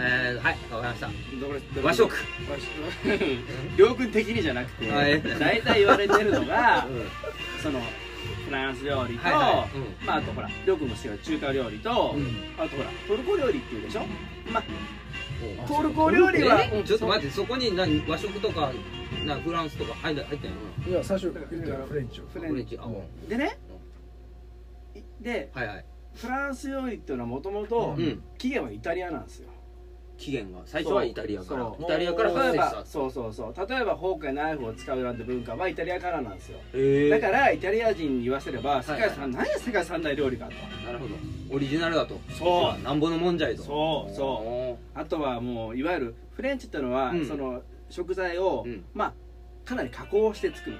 Speaker 5: えーはいわかりました
Speaker 1: 知どこどこ
Speaker 5: 和食
Speaker 1: 和食 (laughs) 両軍的にじゃなくて
Speaker 5: はい
Speaker 1: 大体言われてるの
Speaker 5: (laughs)
Speaker 1: が、そのフランス料理と、
Speaker 5: はいはいうん
Speaker 1: まあ、あとほら両軍も好きな中華料理と、
Speaker 2: うん
Speaker 1: あとほらトルコ料理っていうでしょまあ
Speaker 2: あ
Speaker 1: トルコ料理は
Speaker 5: えちょっと待ってそこに何和食とかなフランスとか入って入ってんの
Speaker 2: いや最初言ったらフレンチを
Speaker 1: フレ
Speaker 5: フレ
Speaker 1: ン
Speaker 5: ン
Speaker 1: チ
Speaker 5: チあ
Speaker 2: う
Speaker 1: でねいで
Speaker 5: はいはい
Speaker 1: フランス料理っていうのはもともと
Speaker 5: うん
Speaker 1: 起源はイタリアなんですよ
Speaker 5: 起源が最初はイタリアから
Speaker 1: そう
Speaker 5: イタリアから
Speaker 1: 例え
Speaker 5: 発生した
Speaker 1: ばそうそうそう例えばフォークやナイフを使うなんて文化はイタリアからなんですよ
Speaker 5: へ
Speaker 1: だ
Speaker 5: え
Speaker 1: からイタリア人に言わせれば世界
Speaker 5: はい
Speaker 1: 三、何や世界三大料理かと
Speaker 5: なるほどオリジナルだと
Speaker 1: そ
Speaker 5: なんぼのもんじゃいと
Speaker 1: そうそう
Speaker 5: お
Speaker 1: あとはもういわゆるフレンチってのは、
Speaker 5: うん
Speaker 1: その食材を、
Speaker 5: うん
Speaker 1: まあかなり加工して作る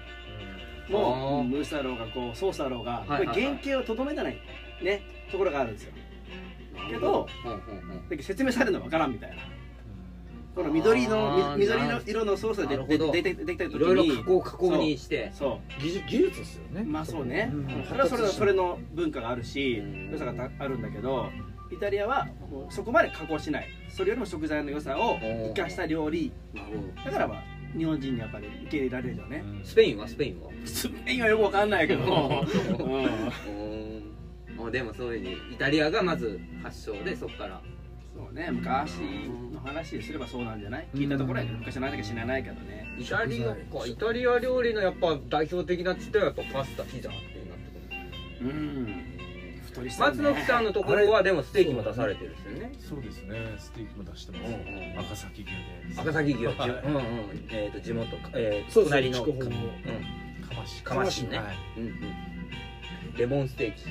Speaker 1: も
Speaker 5: あー
Speaker 1: うムースだろうがこうソースだろうが、
Speaker 5: はいはいは
Speaker 1: こ
Speaker 5: い
Speaker 1: れ原型をとどめたないねところがあるんですよ
Speaker 5: ー
Speaker 1: けど
Speaker 5: うんうんうん
Speaker 1: だけど説明されるのわからんみたいなこの緑
Speaker 5: あ
Speaker 1: の
Speaker 5: ー
Speaker 1: み緑の色のソース
Speaker 5: なる
Speaker 1: で
Speaker 5: ほど
Speaker 1: でででできた時に
Speaker 5: いろいろ加工加工にして
Speaker 1: そ
Speaker 2: 技術技術ですよね
Speaker 1: うまあそうね、
Speaker 2: うん
Speaker 1: それはそれのそれの文化があるし
Speaker 5: うん
Speaker 1: 良さがたあるんだけどイタリアはもうそこまで加工しないそれよりも食材の良さを生かした料理
Speaker 5: なるほど
Speaker 1: だからまあ日本人にやっぱり受け入れられるよね、
Speaker 5: スペインはスペインは
Speaker 1: スペインはよくわかんないけど、うん
Speaker 5: おーでもそういうふうにイタリアがまず発祥でそこから
Speaker 1: そうね昔の話すればそうなんじゃない聞いたところやけど昔の話か知らないけどね
Speaker 5: イタリアかイタリア料理のやっぱ代表的なっつったらやっぱパスタピザってなってくる
Speaker 1: うん二鳥さん、
Speaker 5: 松
Speaker 1: ね、
Speaker 5: の木さんのところはでもステーキも出されてるんですよね
Speaker 4: そうですねステーキも出してます、
Speaker 5: うんうん
Speaker 4: 赤崎牛で
Speaker 5: 赤崎牛、
Speaker 4: はい
Speaker 5: うんうんえー、と地元、えー、
Speaker 2: そうです
Speaker 5: 隣の
Speaker 2: 筑豊
Speaker 5: うん
Speaker 4: かまし
Speaker 5: かましね
Speaker 4: はい
Speaker 5: うんうん、レモンステーキ
Speaker 4: そう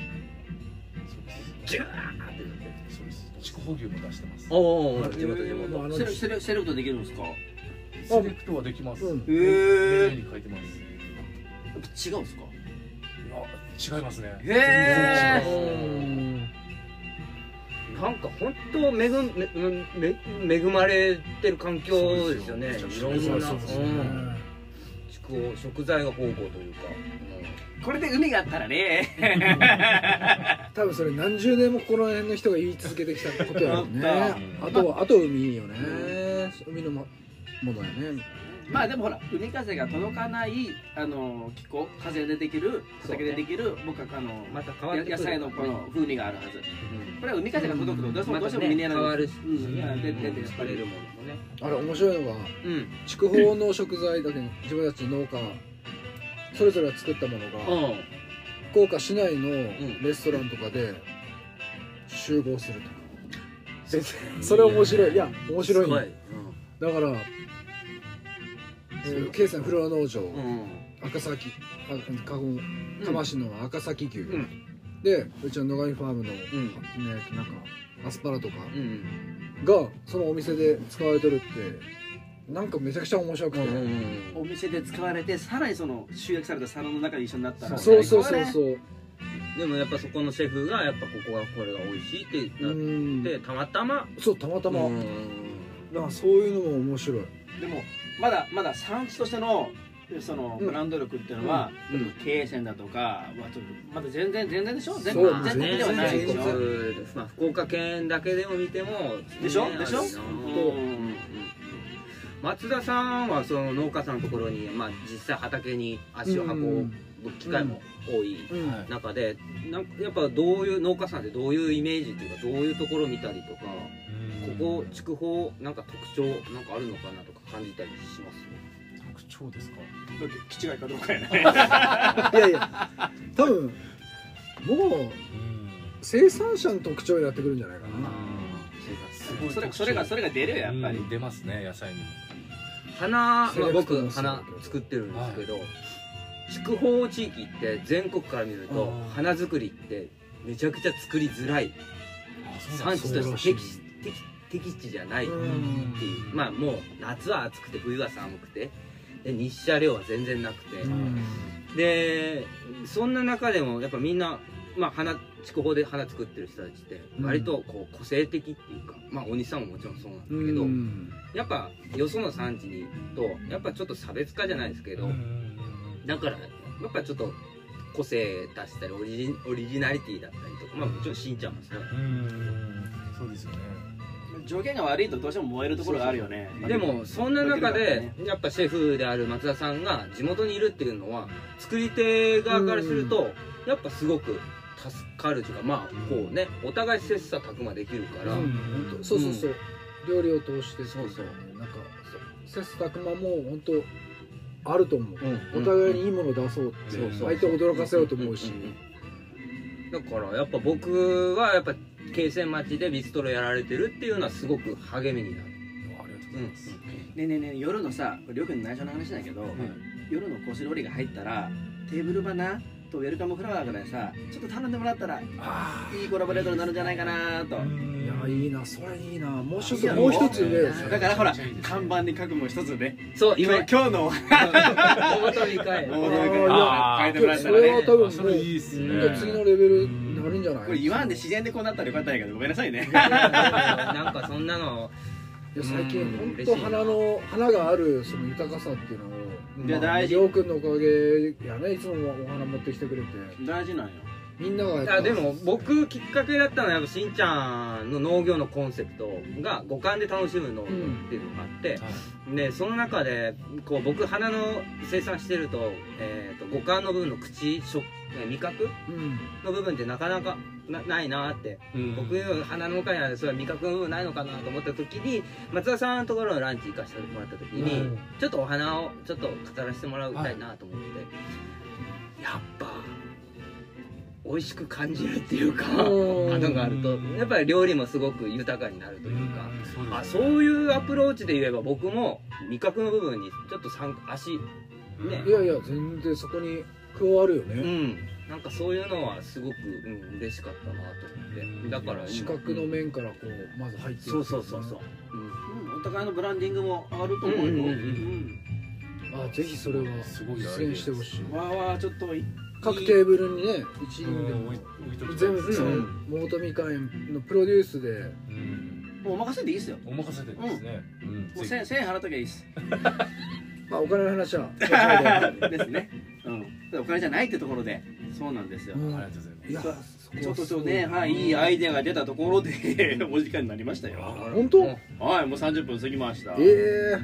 Speaker 4: です
Speaker 5: ジュワーってなってる
Speaker 4: そうです筑豊牛も出してます
Speaker 5: おお
Speaker 2: あ
Speaker 5: 地元地
Speaker 2: あ
Speaker 5: 元
Speaker 2: の
Speaker 1: セレセレセレクトできるんですか
Speaker 4: セレクトはできます、
Speaker 2: うん
Speaker 1: へ
Speaker 4: メ
Speaker 1: え
Speaker 4: ニューに書いてます
Speaker 1: 違うんですか
Speaker 4: あ違いますね
Speaker 1: へ
Speaker 4: 全
Speaker 1: え
Speaker 4: 然違う
Speaker 5: なんか本当恵んめめ恵まれてる環境ですよね
Speaker 4: そうです
Speaker 5: い
Speaker 4: よ
Speaker 5: ろんな
Speaker 4: そううですよ
Speaker 5: ん畜を食材が宝庫というか、
Speaker 1: これで海があったらね (laughs)
Speaker 2: 多分それ何十年もこの辺の人が言い続けてきたことやろうね
Speaker 1: あ
Speaker 2: あとはあと海いいよね海のもものやね
Speaker 1: まあでもほら海風が届かないあの気候風でできる畑でできる、僕はあの
Speaker 5: うんまた変わっ
Speaker 1: や
Speaker 5: てく
Speaker 1: 野
Speaker 5: る
Speaker 1: 菜のこの風味があるはず
Speaker 5: う
Speaker 1: これは海風が届くとどうしても
Speaker 5: ん、ま
Speaker 1: どうして
Speaker 5: た
Speaker 1: も
Speaker 5: ね
Speaker 1: ミネラ
Speaker 5: 変
Speaker 1: ル
Speaker 5: わるし、
Speaker 1: うんうん出て
Speaker 5: 出
Speaker 1: るや
Speaker 5: て
Speaker 1: っ
Speaker 5: 作
Speaker 1: ぱ
Speaker 5: れ
Speaker 1: り
Speaker 5: るものもね
Speaker 2: あれ面白いのが
Speaker 5: うん
Speaker 2: 筑豊の食材だけに自分たちの農家それぞれが作ったものが
Speaker 5: うん
Speaker 2: 福岡市内のレストランとかで集合するとかでそれ面白いいや面白い
Speaker 5: す
Speaker 2: ね
Speaker 5: ご
Speaker 2: だから、えー、ケイさんフロア農場、
Speaker 5: うんうん
Speaker 2: 赤崎あかごかましの赤崎牛、
Speaker 5: ん
Speaker 2: でうちの野上ファームの、ね
Speaker 5: ん
Speaker 2: なんかアスパラとか
Speaker 5: うん
Speaker 2: がそのお店で使われてるってなんかめちゃくちゃ面白く
Speaker 5: う
Speaker 2: て、
Speaker 5: んうん
Speaker 1: お店で使われてさらにその集約された皿の中で一緒になったら
Speaker 2: そうそうそう
Speaker 1: う
Speaker 2: そう、
Speaker 5: でもやっぱそこのシェフがやっぱここがこれが美味しいって
Speaker 2: う
Speaker 5: なっ
Speaker 2: ん
Speaker 5: てたまたま
Speaker 2: そうたまたま、
Speaker 5: うん
Speaker 2: なんかそういうのも面白い
Speaker 1: でもまだまだ産地としてのその
Speaker 2: うん
Speaker 1: ブランド力っていうのは、
Speaker 5: うん
Speaker 1: 経営戦だとかはちょっとまだ全然全然でしょ全
Speaker 2: そう
Speaker 1: 全国ではないでし
Speaker 2: 全
Speaker 1: ょ
Speaker 2: 然
Speaker 5: まあ、福岡県だけでも見ても
Speaker 1: でしょ
Speaker 5: ね
Speaker 1: でしょ
Speaker 5: あるな
Speaker 1: うん
Speaker 5: うん松田さんはその農家さんのところに、まあ、実際畑に足を運ぶ機会も多い
Speaker 2: うん
Speaker 4: はい
Speaker 5: 中でなんかやっぱどういう農家さんってどういうイメージっていうかどういうところを見たりとかここ筑豊なんか特徴なんかあるのかなとか感じたりします
Speaker 4: 特徴ですか
Speaker 1: 基地外かどうかやね
Speaker 2: いやいや多分もう生産者の特徴になってくるんじゃないかな
Speaker 4: すごい
Speaker 1: それそれがそれが出るよやっぱり、
Speaker 4: うん出ますね野菜にも
Speaker 5: 花、まあ
Speaker 2: セレ、クト
Speaker 5: 僕
Speaker 2: もそうだ
Speaker 5: 花
Speaker 2: けど
Speaker 5: 作ってるんですけど筑豊地域って全国から見ると
Speaker 4: あー
Speaker 5: 花作りってめちゃくちゃ作りづらい産地として適し適適地じゃないっていうまあもう夏は暑くて冬は寒くてで日射量は全然なくて、でそんな中でもやっぱみんな、まあ、花筑豊で花作ってる人たちって
Speaker 2: うん
Speaker 5: 割とこう個性的っていうか、まあお兄さんももちろんそうなんだけど、
Speaker 2: うん
Speaker 5: やっぱよその産地に行くとやっぱちょっと差別化じゃないですけど、だからやっぱちょっと個性出したりオリジオリジナリティだったりとかまあもちろんしんちゃんもそう
Speaker 4: そうですよね
Speaker 1: 条件が悪いとどうしても燃えるところがあるよね
Speaker 5: でもそんな中で
Speaker 1: ね
Speaker 5: やっぱシェフである松田さんが地元にいるっていうのは作り手側からするとやっぱすごく助かるというかまあこうねお互い切磋琢磨できるから、
Speaker 2: 本当そうそうそう、料理を通して
Speaker 5: そうそう
Speaker 2: なんかそう切磋琢磨も本当あると思う、
Speaker 5: うん
Speaker 2: お互いにいいものを出そうって、
Speaker 4: そうそう
Speaker 2: 相手を驚かせようと思うし、
Speaker 5: んんうんだからやっぱ僕はやっぱ京成町でビストロやられてるっていうのはすごく励みになる、
Speaker 4: ありがとう
Speaker 5: う
Speaker 4: ござい
Speaker 5: ん
Speaker 4: ます
Speaker 1: ねえねえねえ夜のさりょうくんの内緒の話だけど、夜のコース料理が入ったらテーブルバナとウェルカムフラワーぐらいさちょっと頼んでもらったらい
Speaker 4: あ
Speaker 1: いコラボレートになるんじゃないかなと、
Speaker 4: ー
Speaker 2: いやいいなそれいいなもう一
Speaker 1: い
Speaker 2: つ
Speaker 1: や
Speaker 2: もう一つ
Speaker 1: もう
Speaker 2: ね
Speaker 1: だからほら看板に書くも一つね
Speaker 5: そう
Speaker 1: 今
Speaker 5: 今
Speaker 1: 日今日の
Speaker 5: (laughs) 大鳥
Speaker 1: 大
Speaker 2: 鳥
Speaker 5: 会
Speaker 1: 鳥
Speaker 4: あ
Speaker 1: 会書い
Speaker 4: ー
Speaker 1: てもらった
Speaker 2: そ
Speaker 1: ら
Speaker 2: れは
Speaker 1: ね
Speaker 2: 多分
Speaker 4: そ
Speaker 2: もう
Speaker 4: れいいっすね
Speaker 2: 本当次のレベルになるんじゃない
Speaker 1: これ言わんで自然でこうなったらよかったんやけどごめんなさいね
Speaker 5: なんかそんなの
Speaker 2: いや最近
Speaker 5: うん
Speaker 2: 本当
Speaker 5: 嬉しいな
Speaker 2: 花の花があるその豊かさっていうのを
Speaker 1: いや大事
Speaker 2: りょうくんのおかげやねいつもお花持ってきてくれて
Speaker 1: 大事なんよ
Speaker 2: みんながやっぱ
Speaker 5: あでも僕きっかけだったのはやっぱしんちゃんの農業のコンセプトが五感で楽しむ農業っていうのがあって、でその中でこう僕花の生産してると,、えー、と五感の部分の口食え味覚
Speaker 2: うん
Speaker 5: の部分ってなかなかなないなって、僕花の会なんでそれは味覚の部分ないのかなと思った時に松田さんのところのランチ行かせてもらった時
Speaker 2: う
Speaker 5: に、
Speaker 2: ん
Speaker 5: ちょっとお花をちょっと語らせてもらいたいなと思って、やっぱ美味しく感じるっていうか
Speaker 2: うん
Speaker 5: あのがあるとやっぱり料理もすごく豊かになるというかあそう
Speaker 4: う
Speaker 5: いうアプローチで言えば僕も味覚の部分にちょっと参足ね
Speaker 2: いやいや全然そこに加わるよね、
Speaker 5: うんなんかそういうのはすごく、うん、嬉しかったなと思ってだから今
Speaker 2: 視覚の面からこうまず入っていく
Speaker 5: そうそうそうそ
Speaker 1: う
Speaker 5: う、
Speaker 1: んお互いのブランディングも上がると思うよ、
Speaker 5: うんうんうん
Speaker 2: あぜひそれは
Speaker 4: す
Speaker 2: 実
Speaker 4: ごいアイデア
Speaker 2: 現してほしい
Speaker 1: うんわーわーちょっとい
Speaker 2: 各テーブルにね一輪で
Speaker 4: ん
Speaker 2: も
Speaker 4: 置い置いときたい
Speaker 2: 全
Speaker 4: です
Speaker 2: 部
Speaker 4: ね
Speaker 2: その
Speaker 5: うん
Speaker 2: 桃とみかんのプロデュースで
Speaker 4: うん
Speaker 1: もうお任せでいいっすよ
Speaker 4: お任せでですねうん
Speaker 1: もう
Speaker 4: ぜ
Speaker 1: 1000 1000円払っときゃいいっす
Speaker 2: まあお金の話は
Speaker 1: ですね、うん、お金じゃないってところでそうなんですよ、
Speaker 2: う
Speaker 4: ひ
Speaker 2: ん
Speaker 4: ありがとうございます
Speaker 2: いや
Speaker 1: そう
Speaker 2: そこは
Speaker 1: ちょっとちょっとね、はい、いいアイデアが出たところで (laughs) お時間になりましたよ
Speaker 2: 本当
Speaker 5: うん
Speaker 1: はいもう30分過ぎました
Speaker 2: え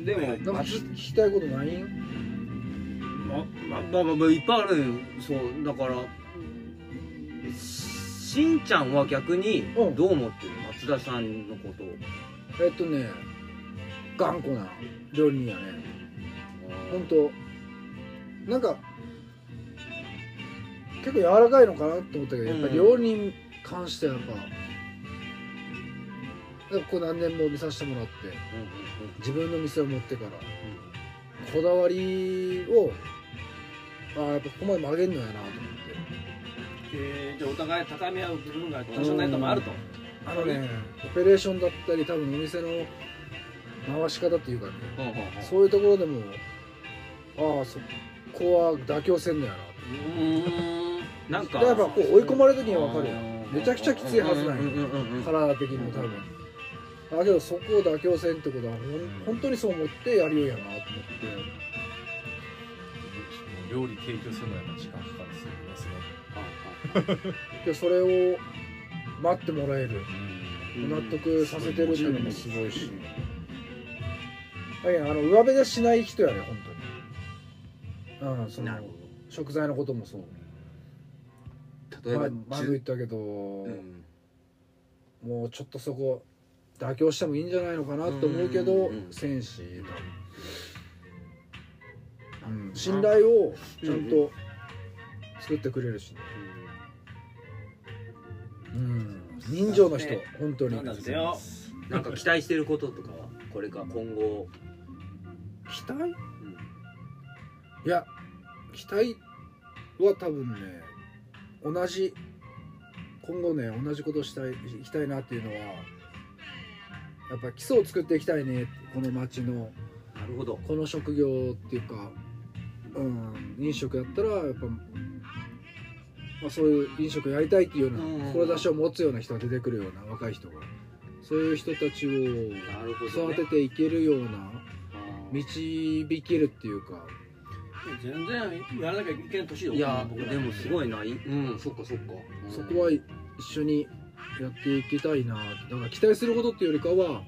Speaker 5: でも、
Speaker 2: えなんか聞きたいことないん
Speaker 5: まままあまあまあいっぱいあるよそうだからしんちゃんは逆に
Speaker 2: うん
Speaker 5: どう思ってる松田さんのことを
Speaker 2: えっとね頑固な料理人やね本当なんか結構柔らかいのかなと思ったけどやっぱり料理に関してはやっぱ、なんかここ何年も見させてもらって自分の店を持ってから、こだわりをああやっぱここまで曲げんのやなと思って
Speaker 1: えーじゃあお互い高め合う部分が多少ないともあると
Speaker 2: あのねオペレーションだったり多分お店の回し方っていうかね
Speaker 5: うんうんうんうん
Speaker 2: そういうところでもああそこは妥協せんのやなと
Speaker 1: うーん
Speaker 5: なんか
Speaker 2: やっぱこう追い込まれる時には分かるよめちゃくちゃきついはずなんよ
Speaker 5: な
Speaker 2: 体的にも多分だけどそこを妥協せんってことはほん本当にそう思ってやるようやなと思って
Speaker 4: 料理提供するのはやっぱ時間かかるんですよねすごい
Speaker 2: でそれを待ってもらえる納得させてるっていうのもすごいしだけどあの上辺でしない人やね本当にうんその
Speaker 5: なるほ
Speaker 2: 食材のこともそう
Speaker 5: ど例えば
Speaker 2: 前前も言ったけど、
Speaker 5: うん
Speaker 2: もうちょっとそこ妥協してもいいんじゃないのかなと思うけ
Speaker 5: うん
Speaker 2: ど
Speaker 5: うんうんうん
Speaker 2: せんし、うん、信頼をちゃんと作ってくれるし、ねうん、人情の人
Speaker 1: ね
Speaker 2: 本当に
Speaker 1: なんだってよ
Speaker 5: なんか期待してることとかはこれか今後
Speaker 2: 期待いや期待は多分ね同じ今後ね同じことしたいいきたいなっていうのはやっぱ基礎を作っていきたいねこの町の
Speaker 5: なるほど
Speaker 2: この職業っていうか、うん、飲食やったらやっぱ、まあ、そういう飲食やりたいっていうよ
Speaker 5: うん
Speaker 2: う
Speaker 5: うん
Speaker 2: な
Speaker 5: うん
Speaker 2: 志を持つような人が出てくるような若い人がそういう人たち
Speaker 5: な
Speaker 2: を
Speaker 5: るほど
Speaker 2: 育て
Speaker 5: ね
Speaker 2: ていけるような
Speaker 5: あー
Speaker 2: 導けるっていうか
Speaker 1: 全然やらなきゃいけない年よ
Speaker 5: いやでもすご
Speaker 1: い
Speaker 5: いないうんそっかそっかうん
Speaker 2: そこは一緒にやっていきたいなってだから期待することっていうよりかは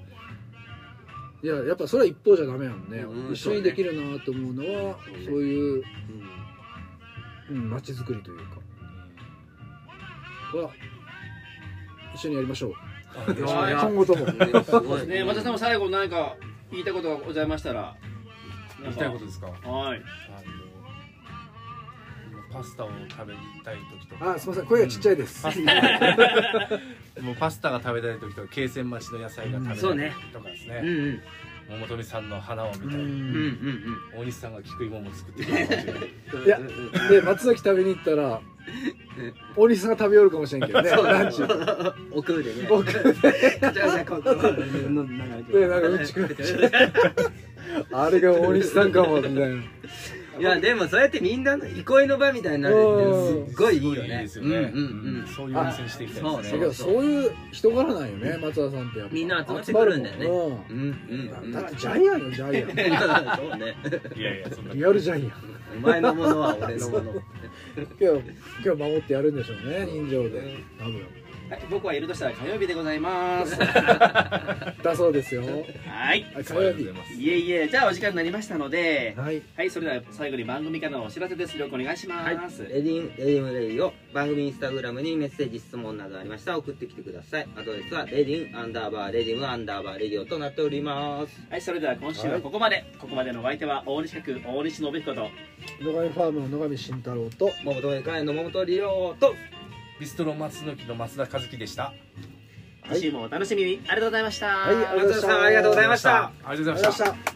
Speaker 2: いややっぱそれは一方じゃダメやもんね、
Speaker 5: うん
Speaker 2: 一緒にできるなと思うのは
Speaker 5: そ
Speaker 2: そうう,、
Speaker 5: ね
Speaker 2: いう
Speaker 5: うん
Speaker 2: うん街づくりというかは一緒にやりましょう
Speaker 5: やいや
Speaker 2: 今後
Speaker 5: (laughs)
Speaker 2: とも
Speaker 5: ねすごい
Speaker 1: ね松田さんも最後何か言いたいことがございましたら
Speaker 4: 言いたいことですか
Speaker 1: とはい
Speaker 4: あのパスタを食べたい時とか
Speaker 2: あすみません声がちっちゃいです、
Speaker 4: パスタもうパスタが食べたい時とか京鮮町の野菜が食べたい
Speaker 5: そうね
Speaker 4: 時とかです
Speaker 5: うん
Speaker 4: ね
Speaker 5: うん
Speaker 4: 桃富さんの花を見
Speaker 2: う
Speaker 5: う
Speaker 4: たり
Speaker 5: んうん
Speaker 2: ん
Speaker 4: 大西さんが菊芋も作ってくれたりとか
Speaker 5: うん
Speaker 2: いや
Speaker 5: うんうんうん
Speaker 2: で松崎食べに行ったら大西さんが食べよるかもしれんけどね
Speaker 5: そう
Speaker 2: ランチ
Speaker 5: 奥腕ね
Speaker 2: 僕
Speaker 5: ガチャガチャこうこ (laughs) うの流れて
Speaker 2: でなんかうんちく
Speaker 5: (laughs)
Speaker 2: っちあれが大西さんかもみたいない
Speaker 5: やでもそうやってみんなの憩いの場みたいになるってすっごいいいよね
Speaker 4: ですよね、
Speaker 5: うんうんうん
Speaker 4: そういうお店にしていきたいで
Speaker 2: だ
Speaker 4: す
Speaker 2: け
Speaker 4: ね
Speaker 2: どそういう人柄なんよね松田さんってやっぱ
Speaker 5: みんな集まってくるんだよね
Speaker 2: 集まるもん
Speaker 5: うんうんう
Speaker 2: うん
Speaker 5: ん
Speaker 2: だってジャイアンよジャ
Speaker 5: (laughs)
Speaker 2: イ
Speaker 5: そうね
Speaker 4: いやいやそん
Speaker 2: ア
Speaker 4: な
Speaker 2: ンリアルジャイアン
Speaker 5: お前のものは俺のもの
Speaker 2: 今日今日守ってやるんでしょうね人情で多分
Speaker 1: はい僕はいるとしたら火曜日でございます
Speaker 2: だそうですよ
Speaker 1: はい
Speaker 2: あ火
Speaker 4: あり
Speaker 2: 曜日
Speaker 4: がとうございます
Speaker 1: いえいえじゃあお時間になりましたので
Speaker 2: はい
Speaker 1: はいそれでは最後に番組からのお知らせですよくお願いし
Speaker 5: はい
Speaker 1: ます、、
Speaker 5: エディン、エディンレイを番組インスタグラムにメッセージ、質問などありましたら送ってきてください。アドレスは、レディン、アンダーバー、レディム、アンダーバー、レディオとなっております。
Speaker 1: はい、それでは今週はここまで、ここまでのお相手は大西企画大西信彦と
Speaker 2: 野上ファームの野上慎太郎と
Speaker 5: 桃友会の桃とリオと、
Speaker 4: ビストロ松の木の松田和樹でした
Speaker 2: はい
Speaker 1: 次週もお楽しみにありがとうございました、
Speaker 2: はいありがとうございました
Speaker 5: 松田さんありがとうございました
Speaker 4: ありがとう
Speaker 2: あ
Speaker 4: ござ
Speaker 2: り
Speaker 4: い
Speaker 2: がとうござい
Speaker 4: ま
Speaker 2: ま
Speaker 4: し
Speaker 2: したた